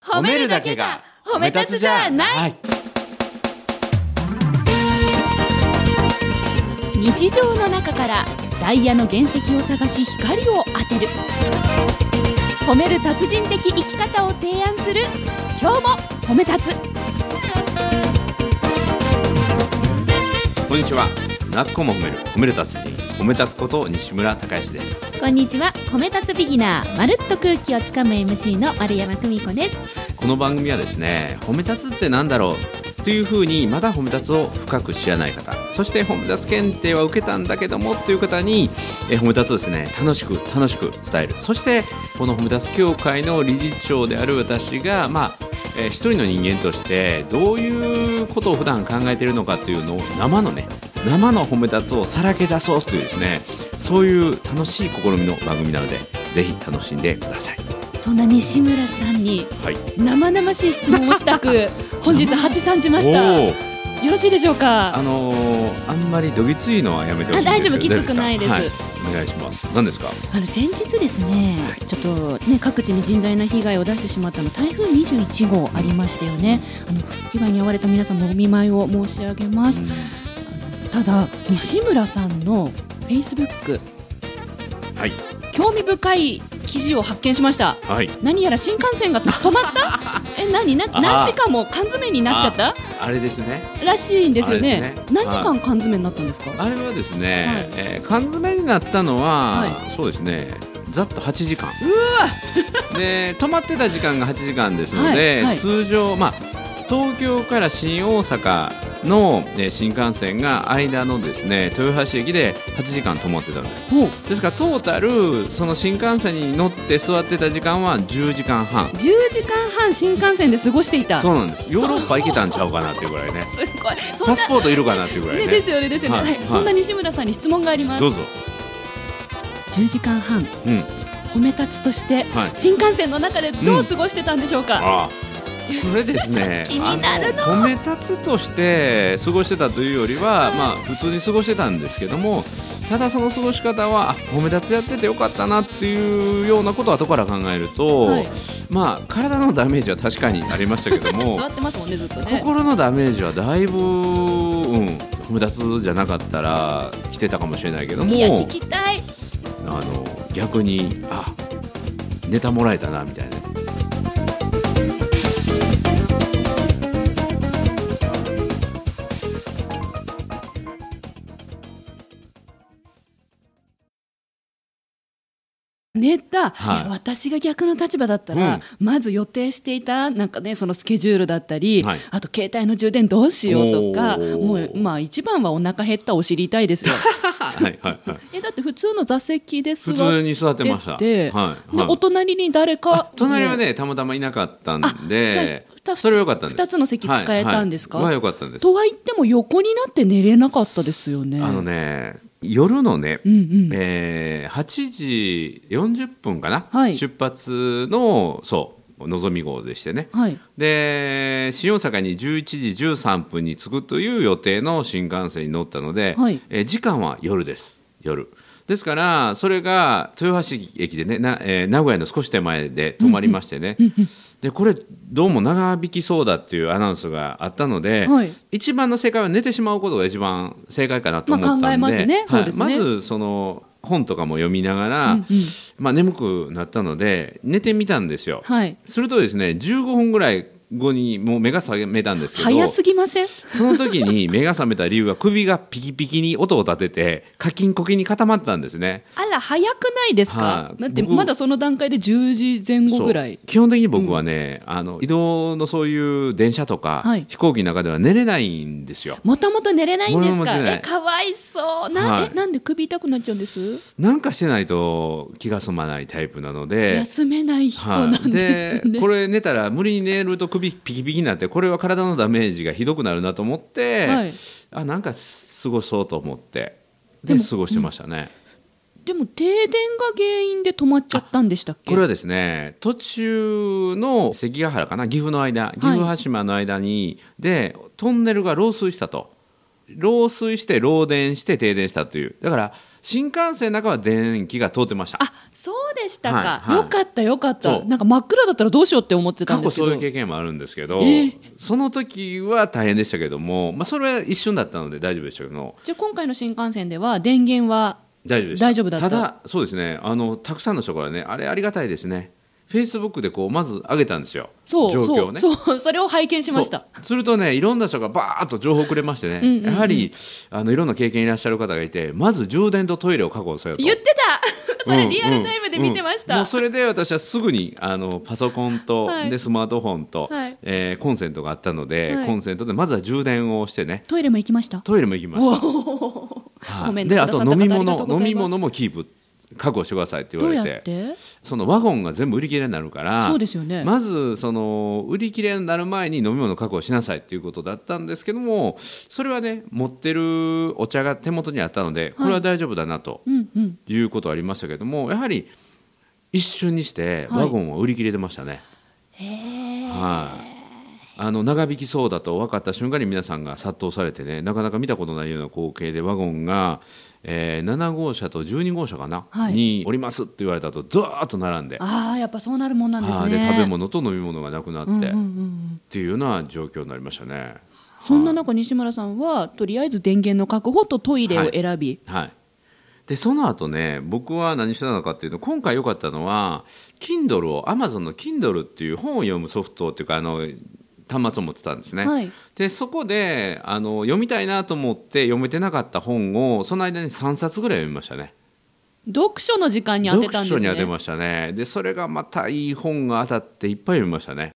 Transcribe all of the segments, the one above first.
褒めるだけが褒め立つじゃない日常の中からダイヤの原石を探し光を当てる褒める達人的生き方を提案する今日も褒め立つこんにちはなっこも褒める褒める達人褒め立つこと西村孝之ですこんにちは褒め立つビギナーまるっと空気をつかむ MC の丸山久美子ですこの番組はですね褒め立つってなんだろうというふうにまだ褒め立つを深く知らない方そして褒め立つ検定は受けたんだけどもという方にえー褒め立つをですね楽しく楽しく伝えるそしてこの褒め立つ協会の理事長である私がまあえー一人の人間としてどういうことを普段考えているのかというのを生のね生の褒め立つをさらけ出そうというですねそういう楽しい試みの番組なのでぜひ楽しんでください。そんな西村さんにはい、生々しい質問をしたく本日初参じました よおーろしいでしょうかあのー、あんまりどぎついのはやめてほしいんですけどあ大丈夫きつくないです大丈夫かはい、お願いします何ですかあの先日ですね、ちょっとね各地に甚大な被害を出してしまったの台風21号ありましたよね。あの被害に遭われた皆さんもお見舞いを申し上げます。あのただ西村さんのフェイスブックはい興味深い記事を発見しました。はい何やら新幹線がと止ま った？え何なあー何時間も缶詰になっちゃったあれですねらしいんですよね。あれですね何時間缶詰になったんですか？あれはですね、はいえー缶詰になったのは、はそうですねざっと8時間うわ で止まってた時間が8時間ですのはいで、はい通常まあ東京から新大阪の、えー新幹線が間のですね豊橋駅で8時間止まってたんですもうですからトータルその新幹線に乗って座ってた時間は10時間半10時間半新幹線で過ごしていた。そうなんですヨーロッパ行けたんちゃうかなっていうぐらいねすごいそんなパスポートいるかなっていうぐらいね、ねですよね、ですよね、ははいいはいそんな西村さんに質問がありますど。うぞ10時間半、うん褒め立つとして、はい新幹線の中でどう過ごしてたんでしょうか。ああそれですね気になるあの褒め立つとして過ごしてたというよりは、まあ、普通に過ごしてたんですけどもただその過ごし方はあ褒め立つやっててよかったなっていうようなことを後から考えると、はいまあ体のダメージは確かにありましたけど も座ってますもんね、ずっとね。心のダメージはだいぶ、うん、褒め立つじゃなかったら来てたかもしれないけどもいや、聞きたい。あの逆にあネタもらえたな みたいな。ネタ、はいいや私が逆の立場だったら、まず予定していた、なんかね、そのスケジュールだったり、はいあと携帯の充電どうしようとか、おーもう、まあ、一番はお腹減ったお尻痛いです よ。はいはいはいえ、だって普通の座席で座普ってて、通に座ってました。で、はいおはい、隣に誰あか、隣はねたまたまいなかったんであじゃあ二つそれは良かったんです二つの席使えたんですかはいはい、は良かったんですとは言っても横になって寝れなかったですよね。あのね夜のね、うんうんえー8時40分かな、はい出発のそうのぞみ号でしてね、はい。で新大阪に11時13分に着くという予定の新幹線に乗ったので、はいえー時間は夜です夜ですからそれが豊橋駅でねな、えー名古屋の少し手前で止まりましてね、でこれどうも長引きそうだっていうアナウンスがあったので、はい一番の正解は寝てしまうことが一番正解かなと思ったんで、まあ考えますねはいそうですねまずその本とかも読みながら、うんうんまあ、眠くなったので寝てみたんですよ。はい。するとですね15分ぐらい後にもう目が覚めたんですけど早すぎません。その時に目が覚めた理由は首がピキピキに音を立ててカキンコキンに固まったんですね。あら早くないですはか。いだって僕まだその段階で10時前後ぐらいそう。基本的に僕はね、あの移動のそういう電車とか、はい飛行機の中では寝れないんですよ。もともと寝れないんですもともか。と寝れないえかわいそう。な、はいえなんで首痛くなっちゃうんです。なんかしてないと気が済まないタイプなので。休めない人なんはいですね。これ寝たら無理に寝ると首ピキピキになってこれは体のダメージがひどくなるなと思って、はいあなんか過ごそうと思ってででも過ごしてましたね。でも停電が原因で止まっちゃったんでしたっけ。これはですね途中の関ヶ原かな岐阜の間岐阜羽島の間に、でトンネルが漏水したと漏水して漏電して停電したというだから新幹線の中は電気が通ってましたあそうでしたか、はいはいよかったよかったそうなんか真っ暗だったらどうしようって思ってた過んで去すけどそういう経験もあるんですけえど、ーその時は大変でしたけども、まあ、それは一瞬だったので大丈夫でしたけどじゃあ今回の新幹線では電源は大丈夫でした大丈夫だっただそうですねあのたくさんの人からねあれありがたいですねフェイスブックでこうまず上げたんですよそう状況をねそうそうそれを拝見しましたそうするとねいろんな人がバーッと情報くれましてねんうんうんやはりあのいろんな経験いらっしゃる方がいてまず充電とトイレを確保せよと言ってたそれリアルタイムで見てましうんうんうんもたうそれで私はすぐにあのパソコンと、はいでスマートフォンと、はいえーコンセントがあったので、はいコンセントでまずは充電をしてねトイレも行きましたトイレも行きました、はいコメントくでだあさったと方飲みありがとう物ご飲ざいみます物もキープ確保してくださいって言どわうれやてってそのワゴンが全部売り切れになるからそうですよねまずその売り切れになる前に飲み物確保しなさいっていうことだったんですけどもそれはね持ってるお茶が手元にあったのでこれは大丈夫だなとうんうんいうことはありましたけども、やはり一瞬にしてはいワゴンは売り切れてましたね。へえはいあの長引きそうだと分かった瞬間に皆さんが殺到されてねなかなか見たことないような光景でワゴンが、えー7号車と12号車かな、はいにおりますって言われたとずーっと並んでああやっぱそうなるもんなんですあーね食べ物と飲み物がなくなって、うんうんうっんていうような状況になりましたね。そんな中西村さんはとりあえず電源の確保とトイレを選び、はい、でその後ね僕は何してたのかっていうと今回良かったのは Kindle を Amazon の Kindle っていう本を読むソフトっていうかあの端末を持ってたんですね。はいでそこであの読みたいなと思って読めてなかった本をその間に3冊ぐらい読みましたね。読書の時間に当てたんですね読書に当てましたねでそれがまたいい本が当たっていっぱい読みましたね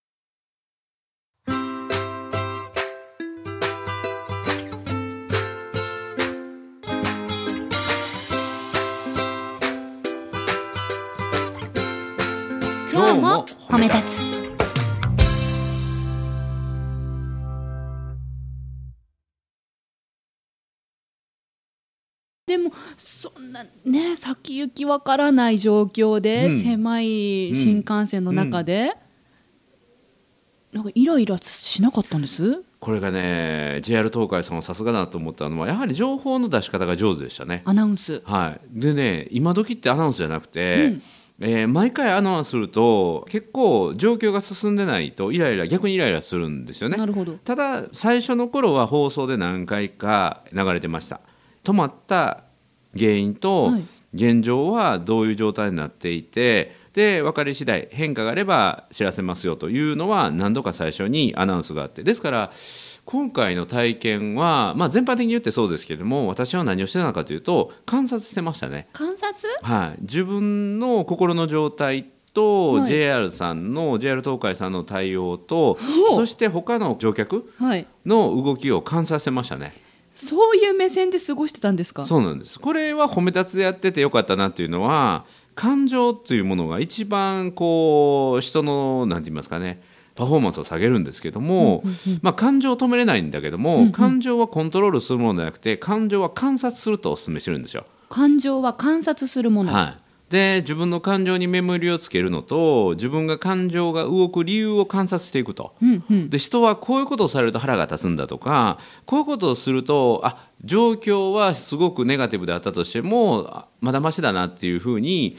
今日も褒め立つでもそんなね先行きわからない状況で、うん狭い新幹線の中で、なんかイライラしなかったんですこれがね JR 東海さんはさすがだなと思ったのはやはり情報の出し方が上手でしたねアナウンスはい、でね今時ってアナウンスじゃなくて、えー毎回アナウンスすると結構状況が進んでないとイライラ逆にイライラするんですよねなるほどただ最初の頃は放送で何回か流れてました止まった原因とはい現状はどういう状態になっていてで分かり次第変化があれば知らせますよというのは何度か最初にアナウンスがあってですから今回の体験は、まあ、全般的に言ってそうですけれども私は何をしてたのかというと観察してましたね。観察はい、自分の心の状態とはい JR さんの、JR 東海さんの対応とおそして他の乗客はいの動きを観察してましたね。そういう目線で過ごしてたんですかそうなんですこれは褒め立つでやっててよかったなっていうのは感情というものが一番こう人の何て言いますかねパフォーマンスを下げるんですけども、まあ、感情を止めれないんだけども、感情はコントロールするものじゃなくて感情は観察するとお勧めしてるんですよ。感情は観察するもの、はい、で自分の感情にメモリをつけるのと自分が感情が動く理由を観察していくと。うんうん、で人はこういうことをされると腹が立つんだとかこういうことをするとあ状況はすごくネガティブであったとしてもあまだましだなっていうふうに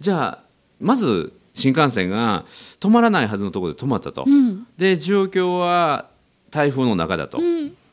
じゃあまず新幹線が止まらないはずのところで止まったと、んで状況は台風の中だと、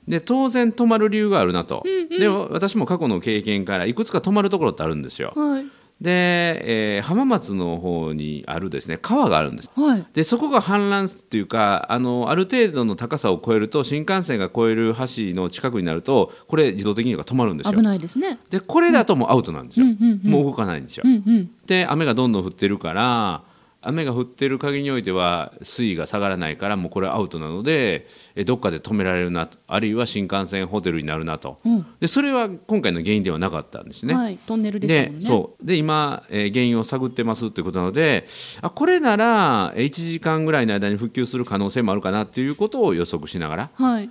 で当然止まる理由があるなと、で私も過去の経験からいくつか止まるところってあるんですよ。はいで、えー浜松の方にあるですね川があるんです。はいでそこが氾濫っていうかあのある程度の高さを超えると新幹線が越える橋の近くになるとこれ自動的に止まるんですよ危ないですねでこれだともうアウトなんですよ、うんうんもう動かないんですよ、うんうんで雨がどんどん降ってるから雨が降ってる限りにおいては水位が下がらないからもうこれはアウトなのでえどっかで止められるなあるいは新幹線ホテルになるなと、うんでそれは今回の原因ではなかったんですね、はいトンネルでしたもんねそうで今、えー原因を探ってますということなのであこれならえー1時間ぐらいの間に復旧する可能性もあるかなということを予測しながらはい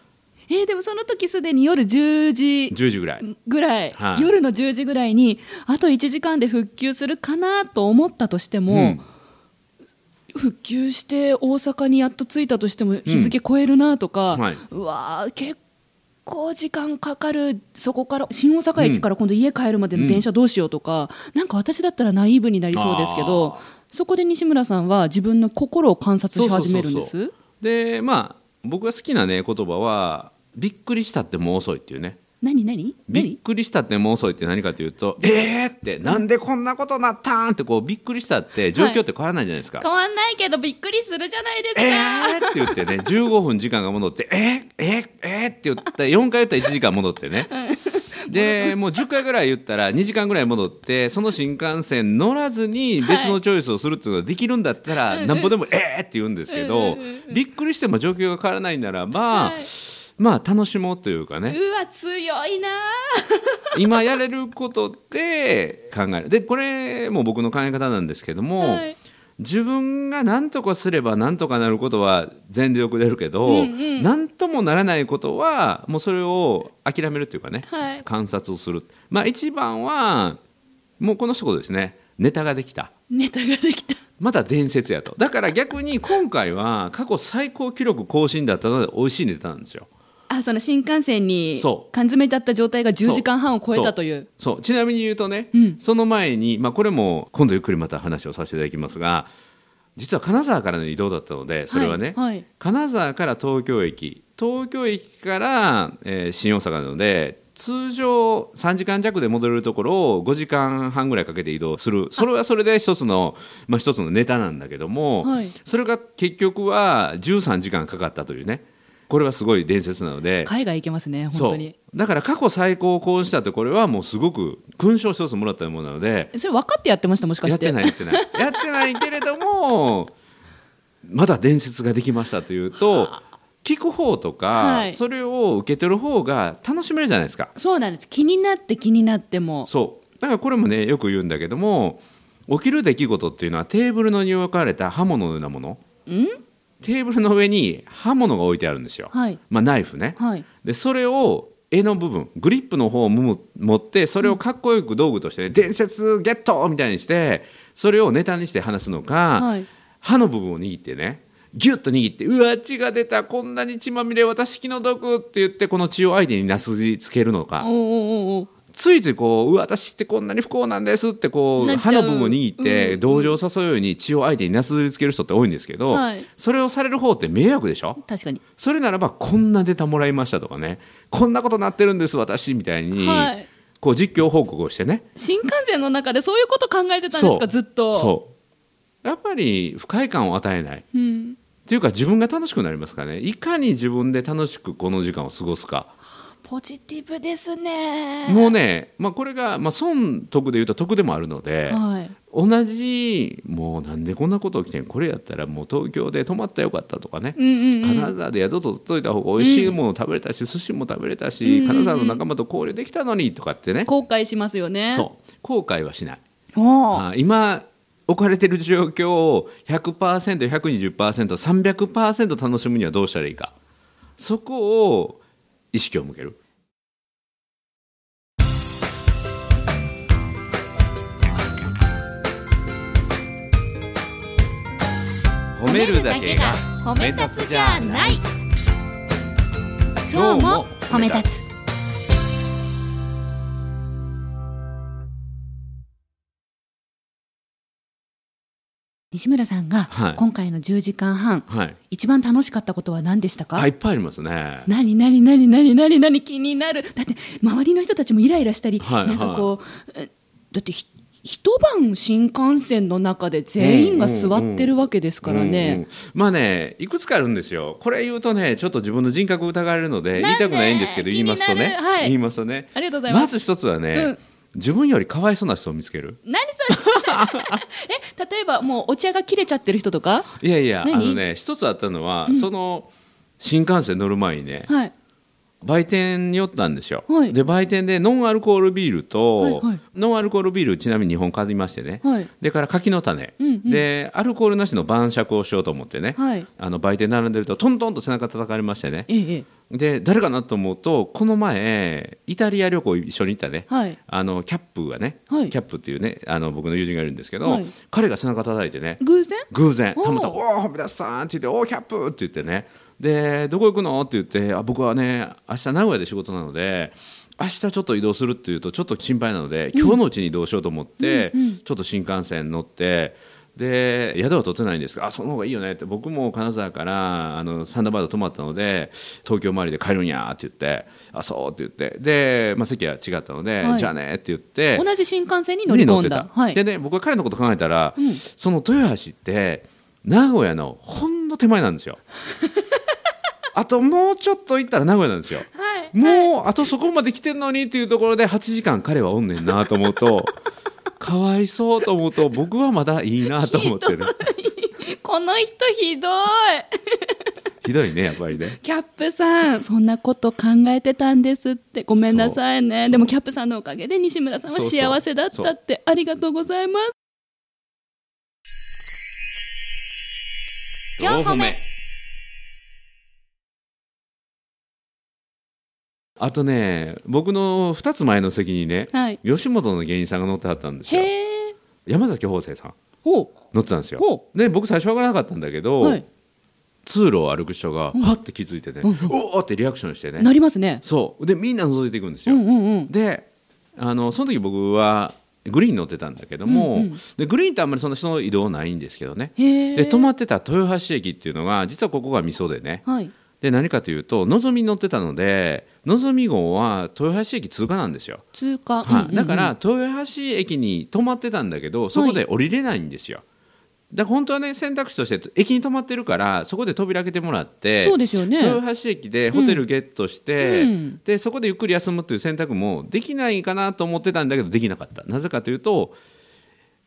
えーでもその時すでに夜10時10時ぐらい、ぐらい、はい夜の10時ぐらいにあと1時間で復旧するかなと思ったとしても、うん復旧して大阪にやっと着いたとしても日付超えるなとか、はいうわー結構時間かかるそこから新大阪駅から今度家帰るまでの電車どうしようとか、なんか私だったらナイーブになりそうですけどそこで西村さんは自分の心を観察し始めるんですそうそうそうそうでまあ僕が好きなね言葉は「びっくりしたってもう遅い」っていうね何何び何っくりしたってもう遅いって何かというと「えー!」って「なんでこんなことなったん!」ってこうびっくりしたって状況って変わらないじゃないですか。変わんないけどびっくりするじゃないですか、えーって言ってね15分時間が戻って「えー、えー、えーって言った4回言ったら1時間戻ってねでもう10回ぐらい言ったら2時間ぐらい戻ってその新幹線乗らずに別のチョイスをするっていうのができるんだったら、なんぼでも「えー!」って言うんですけど、うんうんうんうんびっくりしても状況が変わらないならば、はいまあ楽しもうというかねうわ強いな今やれることで考えるでこれも僕の考え方なんですけども、はい自分が何とかすれば何とかなることは全力でやるけど、うんうん何ともならないことはもうそれを諦めるというかね、はい観察をするまあ一番はもうこの人ことですねネタができたネタができたまだ伝説やとだから逆に今回は過去最高記録更新だったので美味しいネタなんですよあその新幹線にそう缶詰めちゃった状態が10時間半を超えそたうというそうちなみに言うとね、うんその前に、まあ、これも今度ゆっくりまた話をさせていただきますが実は金沢からの移動だったのでそれはね、はいはい金沢から東京駅東京駅から、えー新大阪なので通常3時間弱で戻れるところを5時間半ぐらいかけて移動するそれはそれで一つのまあ、一つのネタなんだけども、はいそれが結局は13時間かかったというねこれはすごい伝説なので海外行けますね本当にそうだから過去最高を更新したってこれはもうすごく勲章一つもらったものなのでそれ分かってやってましたもしかやしっててないやってないやってないけれどもまだ伝説ができましたというと聞く方とか、はいそれを受け取る方が楽しめるじゃないですかそうなんです気になって気になってもそうだからこれもねよく言うんだけども起きる出来事っていうのはテーブルの上に置かれた刃物のようなものんテーブルの上に刃物が置いてあるんですよ、はいまあ、ナイフね、はいでそれを柄の部分グリップの方をも持ってそれをかっこよく道具としてね、伝説ゲットみたいにしてそれをネタにして話すのか、はい歯の部分を握ってねギュッと握って「うわ血が出たこんなに血まみれ私気の毒」って言ってこの血を相手になすりつけるのおかうおうおうついついこう「うわ私ってこんなに不幸なんです」ってこうなっちゃ歯うの部分を握ってうん同情を誘うように血を相手になすりつける人って多いんですけど、はいそれをされる方って迷惑でしょおう確かにそれならばこんなネタもらいましたとかねこんなことなってるんです私みたいに、はいこう実況報告をしてね新幹線の中でそういうこと考えてたんですそかうずっとそうやっぱり不快感を与えないうん、というか自分が楽しくなりますからねいかに自分で楽しくこの時間を過ごすかポジティブですねもうね、まあ、これが、まあ、損得でいうと得でもあるので、はい同じもうなんでこんなこと起きてんこれやったらもう東京で泊まったらよかったとかね、うんうんうん金沢で宿と取っといた方が美味しいもの食べれたし、寿司も食べれたし、金沢の仲間と交流できたのにとかってね、後悔しますよねそう後悔はしない、うおうあ今置かれてる状況を 100%120%300% 楽しむにはどうしたらいいかそこを意識を向ける褒めるだけが褒め立つじゃない今今日日もも褒褒めめ立立つつ西村さんがはい今回の10時間半、はい、一番楽しかったことは何でしたか、あいっぱいありますね何何何何何何気になるだって周りの人たちもイライラしたり、はいなんかこう、えだってひ一晩新幹線の中で全員が座ってるわけですからうんうねん。まあねいくつかあるんですよこれ言うとねちょっと自分の人格疑われるのなでん言いでたくないんですけど言いますと気ねにな、るはい言いますとねありがとうございまます。ず一つはね、うん自分よりかわいそうな人を見つける何それ え例えばもうお茶が切れちゃってる人とか、いやいやあ何のね一つあったのは、その新幹線乗る前にねはい、売店に寄ったんですよ、はいで売店でノンアルコールビールと、はいはいノンアルコールビールちなみに2本買いましてね、はいでから柿の種、うんうんでアルコールなしの晩酌をしようと思ってね、はいあの売店並んでるとトントンと背中叩かれましてねええええで誰かなと思うとこの前イタリア旅行一緒に行ったね、はいあのキャップがね、はいキャップっていうねあの僕の友人がいるんですけど、はい彼が背中叩いてね偶然偶然おーたまたま「おお褒め出さん」って言って「おおキャップ!」って言ってねでどこ行くのって言ってあ僕はね明日名古屋で仕事なので明日ちょっと移動するっていうとちょっと心配なので今日のうちに移動しようと思って、ちょっと新幹線乗ってで宿は取ってないんですがあその方がいいよねって僕も金沢からあのサンダーバード泊まったので東京周りで帰るんやって言ってあそうって言ってで、まあ、席は違ったので、はいじゃあねって言って同じ新幹線に乗り込んだに乗ってたはいでね僕は彼のこと考えたら、うんその豊橋って名古屋のほんの手前なんで すよあともうちょっと行ったら名古屋なんですよはいもうあとそこまで来てんのにっていうところで8時間彼はおんねんなと思 うとかわいそうと思うと僕はまだいいなと思ってるこの人ひどいひどいねやっぱりねキャップさん そんなこと考えてたんですってごめんなさいそねうでもキャップさんのおかげで西村さんは幸せだったってありがとうございます4個目あとね僕の2つ前の席にねはい吉本の芸人さんが乗ってはったんですよへえ山崎邦生さんほう乗ってたんですよほで僕最初分からなかったんだけど、はい通路を歩く人がはって気づいてね、うんうんおおってリアクションしてね、なりますねそうでみんな覗いていくんですうよ、んうんうんであのその時僕はグリーンに乗ってたんだけども、うんうんでグリーンってあんまりその人の移動ないんですけどねへえで止まってた豊橋駅っていうのが実はここがみそでねはいで何かというとのぞみに乗ってたのでのぞみ号は豊橋駅通過なんですよ、通過はいうんうんうんだから豊橋駅に止まってたんだけどそこで降りれないんですよ、だから本当はね選択肢として駅に止まってるからそこで扉開けてもらってそうですよね豊橋駅でホテルゲットして、うんうんでそこでゆっくり休むという選択もできないかなと思ってたんだけどできなかったなぜかというと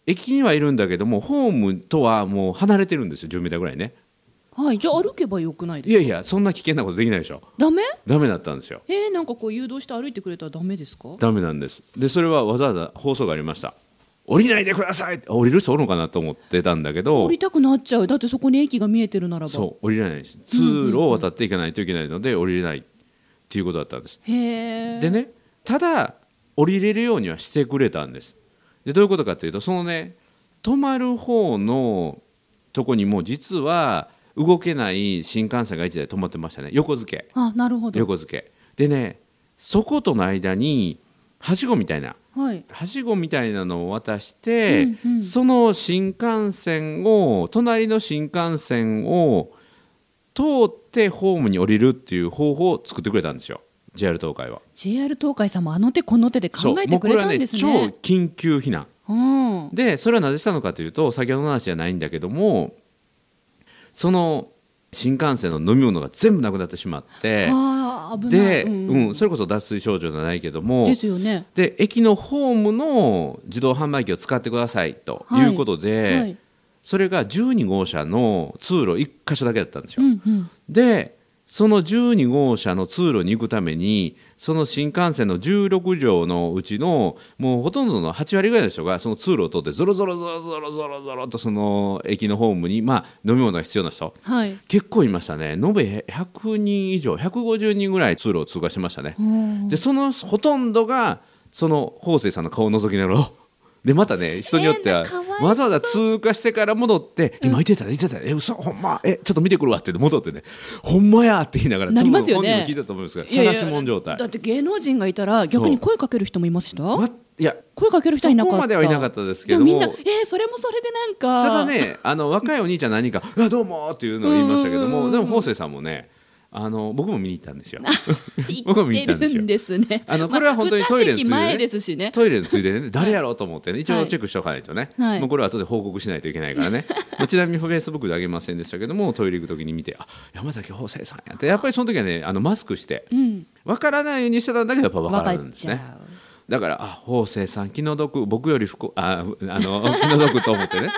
駅にはいるんだけどもホームとはもう離れてるんですよ10メーターぐらいねはいじゃあ歩けばよくないでいすかやいやそんな危険なことできないでしょダメダメだったんですよえー、なんかこう誘導して歩いてくれたらダメですかダメなんですでそれはわざわざ放送がありました降りないでください降りる人おるのかなと思ってたんだけど降りたくなっちゃうだってそこに駅が見えてるならばそう降りれないです通路を渡っていかないといけないので降りれないっていうことだったんですへえでねただ降りれるようにはしてくれたんですでどういうことかというとそのね止まる方のとこにも実は動けない新幹線が1台止まってましたね横付けあなるほど横付けでねそことの間にはしごみたいなはいはしごみたいなのを渡して、うんうんその新幹線を隣の新幹線を通ってホームに降りるっていう方法を作ってくれたんですよ JR 東海は。 JR 東海さんもあの手この手で考えてくれたんですねそうもうこれはね超緊急避難うんでそれはなぜしたのかというと先ほどの話じゃないんだけどもその新幹線の飲み物が全部なくなってしまってあー危ないで、うんうんそれこそ脱水症状じゃないけどもですよねで駅のホームの自動販売機を使ってくださいということで、はいそれが12号車の通路1箇所だけだったんですよう。んうんでその12号車の通路に行くためにその新幹線の16両のうちのもうほとんどの8割ぐらいの人がその通路を通ってゾロゾロゾロゾロゾロゾロとその駅のホームに、まあ、飲み物が必要な人はい結構いましたね延べ100人以上150人ぐらい通路を通過しましたね。うんでそのほとんどがその方正さんの顔を覗きながらおでまたね人によっては、えーかわいそうわざわざ通過してから戻って「今いてたいてたえ嘘ほんまえちょっと見てくるわ」って言って戻ってね「ほんまや」って言いながらなりますよね多分本人も聞いたと思うんですがいやいや探し物状態だって芸能人がいたら逆に声かける人もいましたまいや声かける人はいなかったそこまではいなかったですけどでももみんなえー、それもそれでなんかただねあの若いお兄ちゃん何人か「あどうも」っていうのを言いましたけどうんうんうんうもんでも方正さんもねあの僕も見に行ったんですよ。僕も見言に行っってたんでするよんですねあのこれは本当にトイレのついでねまあ二席前ですしねトイレのついででね誰やろうと思ってね一は応いチェックしておかないとね、はいもうこれは後で報告しないといけな いからね、まあちなみにフェイスブックであげませんでしたけどもトイレ行く時に見てあ山崎芳生さんやってやっぱりその時はねあのマスクしてうん分からないようにしてたんだけどやっぱ分分かかるんっですちゃうねだからあ芳生さん気の毒僕より不幸ああの気の毒と 思ってね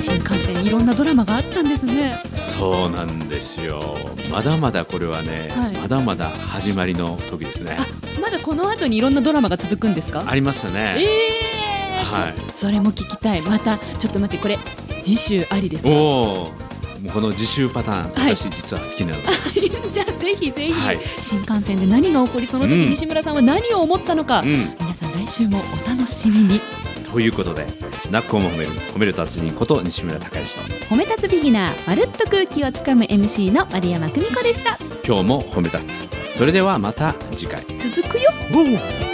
新幹線いろんなドラマがあったんですねそうなんですよまだまだこれはね、はいまだまだ始まりの時ですねあまだこの後にいろんなドラマが続くんですあかりましたねえー、はいそれも聞きたいまたちょっと待ってこれ次週ありですかおおこの自習パターン、はい私実は好きなので じゃあぜひぜひ、はい新幹線で何が起こりその時うん西村さんは何を思ったのか、うん皆さん来週もお楽しみにということでなっこも褒める褒める達人こと西村孝之と褒め立つビギナーまるっと空気をつかむ MC の丸山久美子でした今日も褒め立つそれではまた次回続くよおー